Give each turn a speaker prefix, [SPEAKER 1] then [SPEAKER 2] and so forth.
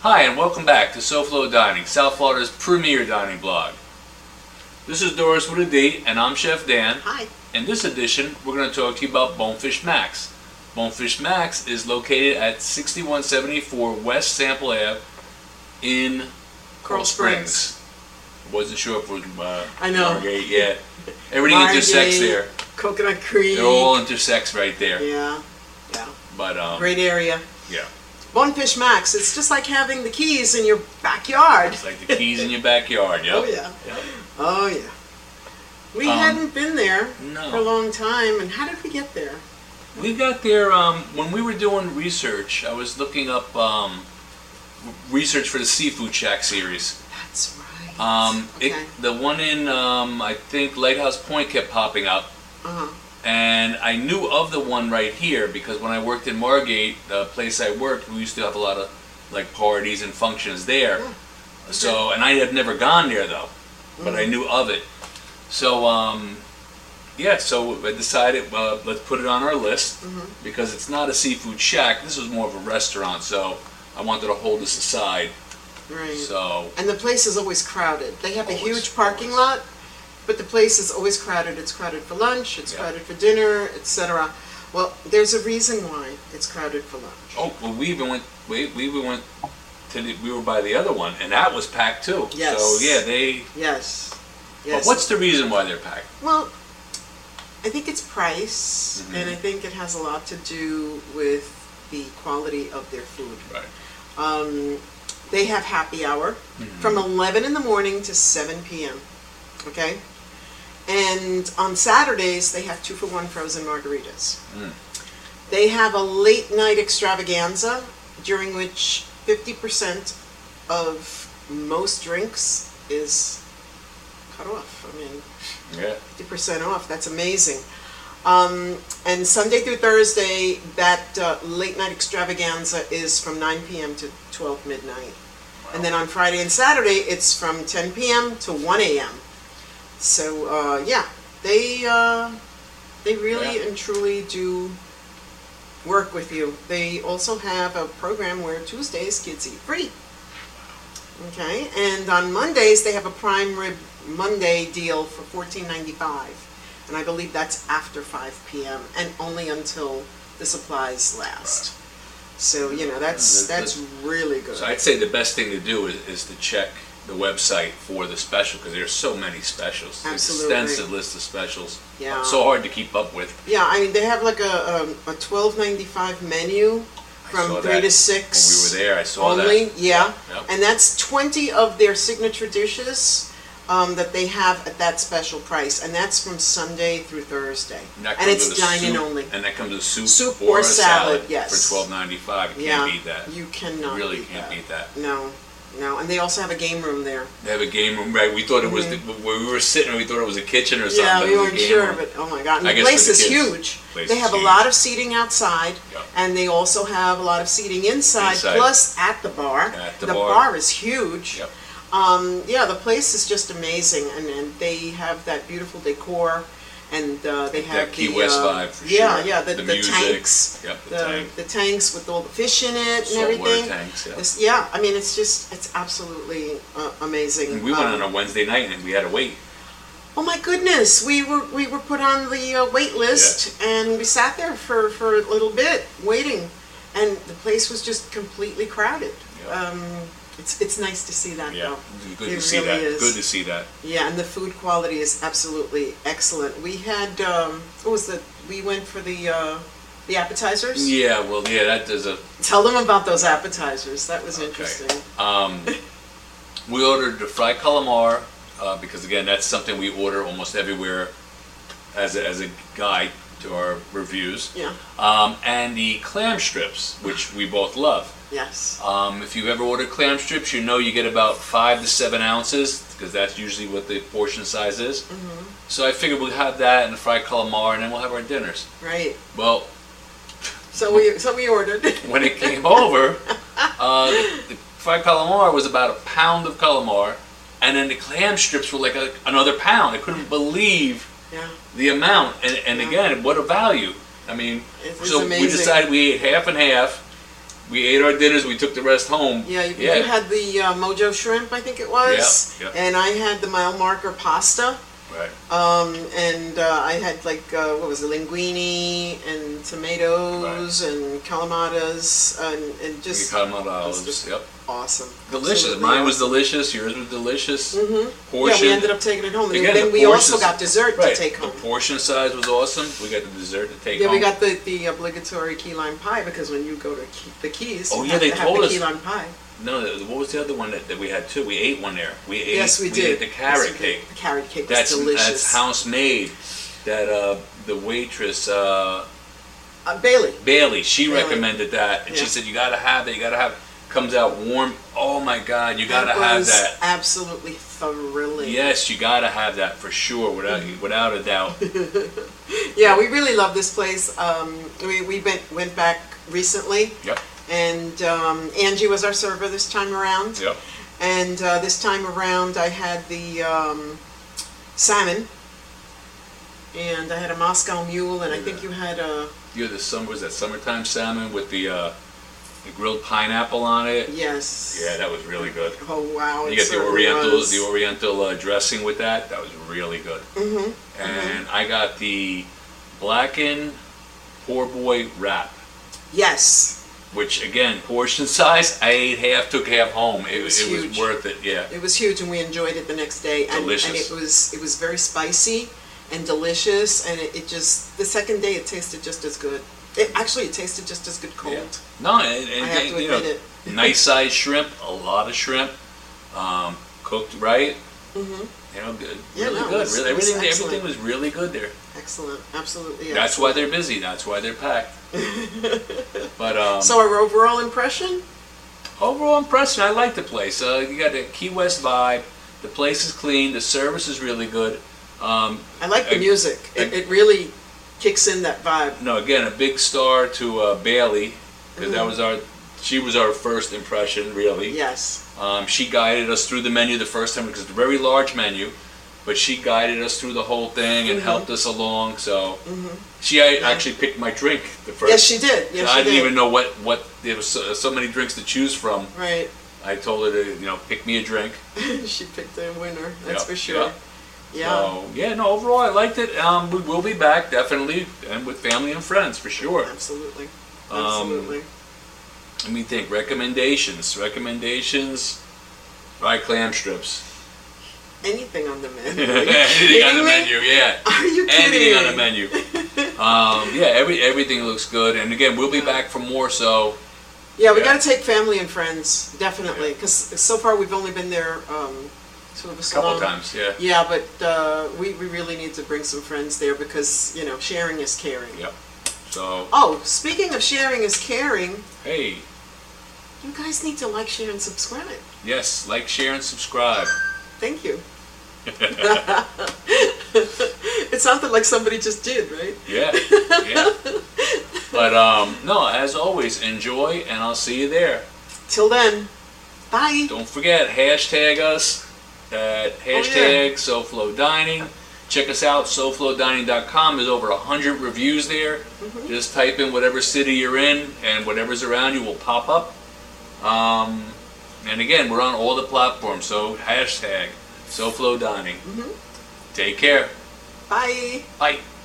[SPEAKER 1] Hi, and welcome back to SoFlo Dining, South Florida's premier dining blog. This is Doris with a D, and I'm Chef Dan.
[SPEAKER 2] Hi.
[SPEAKER 1] In this edition, we're going to talk to you about Bonefish Max. Bonefish Max is located at 6174 West Sample Ave in Coral
[SPEAKER 2] Coral
[SPEAKER 1] Springs.
[SPEAKER 2] Springs.
[SPEAKER 1] Wasn't sure if it was uh,
[SPEAKER 2] I know.
[SPEAKER 1] Margate, yeah. Everything
[SPEAKER 2] Margate.
[SPEAKER 1] intersects there.
[SPEAKER 2] Coconut Creek.
[SPEAKER 1] It all intersects right there.
[SPEAKER 2] yeah. Yeah.
[SPEAKER 1] But um,
[SPEAKER 2] Great area.
[SPEAKER 1] yeah,
[SPEAKER 2] Bonefish Max. It's just like having the keys in your backyard.
[SPEAKER 1] it's like the keys in your backyard. Yep.
[SPEAKER 2] Oh yeah.
[SPEAKER 1] Yep.
[SPEAKER 2] Oh yeah. We
[SPEAKER 1] Um,
[SPEAKER 2] hadn't been there
[SPEAKER 1] no.
[SPEAKER 2] for a long time, and how did we get there?
[SPEAKER 1] We got there um, when we were doing research. I was looking up um, r- research for the Seafood Shack series.
[SPEAKER 2] That's right.
[SPEAKER 1] Um,
[SPEAKER 2] okay.
[SPEAKER 1] it, the one in um, I think Lighthouse Point kept popping up,
[SPEAKER 2] uh-huh.
[SPEAKER 1] and I knew of the one right here because when I worked in Margate, the place I worked, we used to have a lot of like parties and functions there.
[SPEAKER 2] Yeah.
[SPEAKER 1] So, and I had never gone there though, but
[SPEAKER 2] Mm-hmm.
[SPEAKER 1] I knew of it. So, um, yeah, so I decided uh, let's put it on our list
[SPEAKER 2] Mm-hmm.
[SPEAKER 1] because it's not a seafood shack. This was more of a restaurant, so I wanted to hold this aside.
[SPEAKER 2] Right.
[SPEAKER 1] So,
[SPEAKER 2] And the place is always crowded. They have
[SPEAKER 1] Always,
[SPEAKER 2] a huge parking
[SPEAKER 1] always.
[SPEAKER 2] lot, but the place is always crowded. It's crowded for lunch, it's
[SPEAKER 1] Yeah.
[SPEAKER 2] crowded for dinner, etc. Well, there's a reason why it's crowded for lunch.
[SPEAKER 1] oh, well, we even went. We we even went to the, we were by the other one, and that was packed too.
[SPEAKER 2] Yes.
[SPEAKER 1] So yeah, they.
[SPEAKER 2] Yes.
[SPEAKER 1] But
[SPEAKER 2] Yes.
[SPEAKER 1] what's the reason why they're packed?
[SPEAKER 2] Well, I think it's price,
[SPEAKER 1] Mm-hmm.
[SPEAKER 2] and I think it has a lot to do with the quality of their food.
[SPEAKER 1] Right.
[SPEAKER 2] Um, they have happy hour from 11 in the morning to 7 p.m. Okay? And on Saturdays, they have two for one frozen margaritas.
[SPEAKER 1] Mm.
[SPEAKER 2] They have a late night extravaganza during which 50% of most drinks is cut off. I mean,
[SPEAKER 1] Yeah.
[SPEAKER 2] 50% off. That's amazing. Um, and Sunday through Thursday, that uh, late night extravaganza is from 9 p.m. to 12 midnight. And then on Friday and Saturday, it's from 10 p.m. to 1 a.m. So uh, yeah, they uh, they really
[SPEAKER 1] Yeah.
[SPEAKER 2] and truly do work with you. They also have a program where Tuesdays kids eat free. Okay, and on Mondays they have a prime rib Monday deal for fourteen ninety five, and I believe that's after five p.m. and only until the supplies last. So you know that's
[SPEAKER 1] Yeah, that-
[SPEAKER 2] that's really good.
[SPEAKER 1] So I'd say the best thing to do is, is to check the website for the special because there's so many specials.
[SPEAKER 2] Absolutely. Uh,
[SPEAKER 1] There's extensive list of specials.
[SPEAKER 2] Yeah.
[SPEAKER 1] So hard to keep up with.
[SPEAKER 2] Yeah, I mean they have like a um, a twelve ninety five
[SPEAKER 1] saw
[SPEAKER 2] menu from three to
[SPEAKER 1] that
[SPEAKER 2] six.
[SPEAKER 1] When we were there, I saw that.
[SPEAKER 2] only, yeah,
[SPEAKER 1] Yep.
[SPEAKER 2] and that's twenty of their signature dishes um, that they have at that special price, and that's from Sunday through Thursday,
[SPEAKER 1] that
[SPEAKER 2] and
[SPEAKER 1] comes
[SPEAKER 2] it's
[SPEAKER 1] with a
[SPEAKER 2] dining
[SPEAKER 1] soup-
[SPEAKER 2] only.
[SPEAKER 1] And that comes with soup,
[SPEAKER 2] Soup
[SPEAKER 1] or,
[SPEAKER 2] or
[SPEAKER 1] a salad,
[SPEAKER 2] salad, yes.
[SPEAKER 1] for twelve ninety five. You
[SPEAKER 2] yeah,
[SPEAKER 1] can't beat that.
[SPEAKER 2] you cannot.
[SPEAKER 1] really
[SPEAKER 2] beat
[SPEAKER 1] can't
[SPEAKER 2] that.
[SPEAKER 1] beat that.
[SPEAKER 2] No, no, and they also have a game room there.
[SPEAKER 1] They have a game room, right? We thought it was the, when we were sitting, we thought it was a kitchen or something. but
[SPEAKER 2] Mm-hmm. Yeah, we
[SPEAKER 1] it was a
[SPEAKER 2] weren't
[SPEAKER 1] game
[SPEAKER 2] sure,
[SPEAKER 1] room.
[SPEAKER 2] but oh my god, and
[SPEAKER 1] I
[SPEAKER 2] the
[SPEAKER 1] guess for
[SPEAKER 2] place
[SPEAKER 1] the
[SPEAKER 2] is
[SPEAKER 1] kids,
[SPEAKER 2] huge.
[SPEAKER 1] place
[SPEAKER 2] they
[SPEAKER 1] is
[SPEAKER 2] have
[SPEAKER 1] huge.
[SPEAKER 2] a lot of seating outside,
[SPEAKER 1] Yeah.
[SPEAKER 2] and they also have a lot of seating inside.
[SPEAKER 1] Inside.
[SPEAKER 2] Plus, at the bar,
[SPEAKER 1] At the bar.
[SPEAKER 2] bar. is huge.
[SPEAKER 1] Yep.
[SPEAKER 2] Um, yeah, the place is just amazing, and, and they have that beautiful decor, and uh, they
[SPEAKER 1] That
[SPEAKER 2] have
[SPEAKER 1] Key
[SPEAKER 2] the,
[SPEAKER 1] West
[SPEAKER 2] uh,
[SPEAKER 1] vibe for
[SPEAKER 2] yeah,
[SPEAKER 1] sure.
[SPEAKER 2] yeah, the,
[SPEAKER 1] The
[SPEAKER 2] the,
[SPEAKER 1] music.
[SPEAKER 2] tanks,
[SPEAKER 1] Yep, the
[SPEAKER 2] the,
[SPEAKER 1] tank.
[SPEAKER 2] the tanks with all the fish in it and
[SPEAKER 1] Saltwater
[SPEAKER 2] everything.
[SPEAKER 1] tanks, yeah.
[SPEAKER 2] It's- yeah, I mean, it's just it's absolutely uh, amazing.
[SPEAKER 1] And we went on
[SPEAKER 2] Um,
[SPEAKER 1] a Wednesday night and we had to wait.
[SPEAKER 2] Oh my goodness, we were we were put on the uh, wait list, and we sat there for for a little bit waiting, and the place was just completely crowded.
[SPEAKER 1] Yeah.
[SPEAKER 2] Um, it's it's nice to see that
[SPEAKER 1] Yeah,
[SPEAKER 2] though.
[SPEAKER 1] good
[SPEAKER 2] Oh, it
[SPEAKER 1] to see
[SPEAKER 2] really
[SPEAKER 1] that.
[SPEAKER 2] is.
[SPEAKER 1] Good to see that.
[SPEAKER 2] Yeah, and the food quality is absolutely excellent. We had um, what was the we went for the uh, the appetizers.
[SPEAKER 1] Yeah, well, yeah, that does a
[SPEAKER 2] Tell them about those appetizers. That was
[SPEAKER 1] Okay.
[SPEAKER 2] interesting.
[SPEAKER 1] Um, we ordered the fried calamari uh, because again, that's something we order almost everywhere as a, as a guide to our reviews.
[SPEAKER 2] Yeah.
[SPEAKER 1] Um, and the clam strips, which we both love.
[SPEAKER 2] Yes.
[SPEAKER 1] Um, if you've ever ordered clam strips, you know you get about five to seven ounces because that's usually what the portion size is.
[SPEAKER 2] Mm-hmm.
[SPEAKER 1] So I figured we'll have that and the fried calamari, and then we'll have our dinners.
[SPEAKER 2] Right.
[SPEAKER 1] Well,
[SPEAKER 2] So we so we ordered.
[SPEAKER 1] when it came over, uh, the, the fried calamari was about a pound of calamari, and then the clam strips were like a, another pound. I couldn't believe
[SPEAKER 2] yeah.
[SPEAKER 1] the amount, and, and
[SPEAKER 2] Yeah.
[SPEAKER 1] again, what a value. I mean,
[SPEAKER 2] It was
[SPEAKER 1] so we
[SPEAKER 2] amazing.
[SPEAKER 1] decided we ate half and half. we ate our dinners. We took the rest home.
[SPEAKER 2] Yeah, you,
[SPEAKER 1] yeah.
[SPEAKER 2] you had the uh, Mojo shrimp, I think it was,
[SPEAKER 1] Yeah, yeah.
[SPEAKER 2] and I had the mile marker pasta,
[SPEAKER 1] right.
[SPEAKER 2] um, and uh, I had like uh, what was it, linguine and tomatoes and calamatas, and, and
[SPEAKER 1] We
[SPEAKER 2] just
[SPEAKER 1] cut 'em out of
[SPEAKER 2] it's
[SPEAKER 1] olives.
[SPEAKER 2] just-
[SPEAKER 1] yep.
[SPEAKER 2] awesome.
[SPEAKER 1] Delicious.
[SPEAKER 2] Absolutely
[SPEAKER 1] Mine was
[SPEAKER 2] awesome.
[SPEAKER 1] delicious. Yours was delicious.
[SPEAKER 2] Yeah,
[SPEAKER 1] Portion.
[SPEAKER 2] we ended up taking it home, and
[SPEAKER 1] Again,
[SPEAKER 2] then
[SPEAKER 1] the
[SPEAKER 2] we also
[SPEAKER 1] portions-
[SPEAKER 2] got dessert
[SPEAKER 1] right.
[SPEAKER 2] to take home.
[SPEAKER 1] The portion size was awesome. We got the dessert to take
[SPEAKER 2] Yeah,
[SPEAKER 1] home.
[SPEAKER 2] we got the, the obligatory key lime pie because when you go to key, the Keys,
[SPEAKER 1] Oh,
[SPEAKER 2] you
[SPEAKER 1] yeah,
[SPEAKER 2] have
[SPEAKER 1] they
[SPEAKER 2] to have
[SPEAKER 1] told
[SPEAKER 2] the
[SPEAKER 1] us.
[SPEAKER 2] key lime pie.
[SPEAKER 1] No, the- what was the other one that, that we had too? We ate one there. We ate.
[SPEAKER 2] yes, we, did.
[SPEAKER 1] ate the carrot
[SPEAKER 2] Yes, we did.
[SPEAKER 1] cake.
[SPEAKER 2] The carrot cake was
[SPEAKER 1] That's
[SPEAKER 2] delicious.
[SPEAKER 1] that's house made. That uh, the waitress uh,
[SPEAKER 2] uh, Bailey.
[SPEAKER 1] Bailey she
[SPEAKER 2] Bailey.
[SPEAKER 1] recommended that, and she
[SPEAKER 2] Yeah.
[SPEAKER 1] said you gotta have that. You gotta have. Comes out warm. Oh my God, you gotta
[SPEAKER 2] that
[SPEAKER 1] have
[SPEAKER 2] was
[SPEAKER 1] that.
[SPEAKER 2] Absolutely thrilling.
[SPEAKER 1] Yes, you gotta have that for sure, without
[SPEAKER 2] Mm-hmm.
[SPEAKER 1] without a doubt.
[SPEAKER 2] Yeah, we really love this place. Um, we we went went back recently,
[SPEAKER 1] Yep,
[SPEAKER 2] and um, Angie was our server this time around.
[SPEAKER 1] yep.
[SPEAKER 2] And uh, this time around, I had the um, salmon, and I had a Moscow mule, and I think you had a
[SPEAKER 1] You had the summer was that summertime salmon with the uh, the grilled pineapple on it.
[SPEAKER 2] yes.
[SPEAKER 1] Yeah, that was really good.
[SPEAKER 2] Oh wow!
[SPEAKER 1] You get
[SPEAKER 2] it
[SPEAKER 1] the
[SPEAKER 2] certainly
[SPEAKER 1] oriental,
[SPEAKER 2] was.
[SPEAKER 1] the oriental uh, dressing with that. That was really good. Mm-hmm. And I got the blackened poor boy wrap,
[SPEAKER 2] yes,
[SPEAKER 1] which again portion size. I ate half, took half home. It, it
[SPEAKER 2] was
[SPEAKER 1] was,
[SPEAKER 2] huge.
[SPEAKER 1] worth it. Yeah,
[SPEAKER 2] it was huge, and we enjoyed it the next day. And, and
[SPEAKER 1] Delicious.
[SPEAKER 2] it was it was very spicy and delicious, and it, it just the second day it tasted just as good. It actually it tasted just as good cold.
[SPEAKER 1] Yeah. No, and, and
[SPEAKER 2] I have to
[SPEAKER 1] you know,
[SPEAKER 2] admit
[SPEAKER 1] nice sized shrimp, a lot of shrimp, um, cooked right. Mm-hmm. You know, good,
[SPEAKER 2] Yeah,
[SPEAKER 1] really
[SPEAKER 2] no, it
[SPEAKER 1] good.
[SPEAKER 2] was-
[SPEAKER 1] really,
[SPEAKER 2] it was
[SPEAKER 1] everything,
[SPEAKER 2] excellent.
[SPEAKER 1] everything was really good there.
[SPEAKER 2] Excellent, absolutely.
[SPEAKER 1] That's why they're busy. That's why they're packed. but um,
[SPEAKER 2] excellent. So our overall impression?
[SPEAKER 1] overall impression. I like the place. Uh, you got the Key West vibe. The place is clean. The service is really good. Um,
[SPEAKER 2] I like the
[SPEAKER 1] I-
[SPEAKER 2] music. it,
[SPEAKER 1] I-
[SPEAKER 2] it really kicks in that vibe.
[SPEAKER 1] no, again, a big star to uh, Bailey because
[SPEAKER 2] Mm.
[SPEAKER 1] that was our. She was our first impression, really.
[SPEAKER 2] Yes,
[SPEAKER 1] Um, she guided us through the menu the first time because it's a very large menu, but she guided us through the whole thing
[SPEAKER 2] Mm-hmm.
[SPEAKER 1] and helped us along. So she I, actually picked my drink the first.
[SPEAKER 2] yes, she did. Yes,
[SPEAKER 1] I
[SPEAKER 2] she
[SPEAKER 1] didn't
[SPEAKER 2] did.
[SPEAKER 1] even know what what there was so, so many drinks to choose from.
[SPEAKER 2] Right,
[SPEAKER 1] I told her to you know pick me a drink.
[SPEAKER 2] she picked a winner. That's
[SPEAKER 1] Yeah,
[SPEAKER 2] for sure. Yeah.
[SPEAKER 1] So, yeah, no, overall, I liked it. Um, we will be back, definitely, and with family and friends, for sure.
[SPEAKER 2] Absolutely.
[SPEAKER 1] Um,
[SPEAKER 2] Absolutely.
[SPEAKER 1] Let me think. Recommendations. Recommendations. Buy clam strips.
[SPEAKER 2] Anything on the menu. Are you
[SPEAKER 1] Anything on the
[SPEAKER 2] kidding me?
[SPEAKER 1] menu, yeah.
[SPEAKER 2] Are you kidding
[SPEAKER 1] Anything on the
[SPEAKER 2] me?
[SPEAKER 1] menu. Um, yeah, every, everything looks good. And again, we'll be back for more, so
[SPEAKER 2] Yeah, we
[SPEAKER 1] Yeah.
[SPEAKER 2] got to take family and friends definitely
[SPEAKER 1] Yeah.
[SPEAKER 2] because so far we've only been there um, sort of a
[SPEAKER 1] a couple
[SPEAKER 2] salon.
[SPEAKER 1] times, yeah.
[SPEAKER 2] Yeah, but uh, we we really need to bring some friends there because you know sharing is caring.
[SPEAKER 1] Yep. So,
[SPEAKER 2] Oh, speaking of sharing is caring,
[SPEAKER 1] hey,
[SPEAKER 2] you guys need to like, share, and subscribe.
[SPEAKER 1] yes, like, share, and subscribe.
[SPEAKER 2] Thank you. it sounded like somebody just did, right?
[SPEAKER 1] Yeah, yeah. But um, no, as always, enjoy, and I'll see you there.
[SPEAKER 2] Till then, bye.
[SPEAKER 1] Don't forget, hashtag us at hashtag SoFlow Dining. Check us out, SoFlowDining.com. There's over 100 reviews there. Just type in whatever city you're in, and whatever's around you will pop up. Um, and again, we're on all the platforms, so hashtag SoFlow Dining. Take care.
[SPEAKER 2] Bye.
[SPEAKER 1] Bye.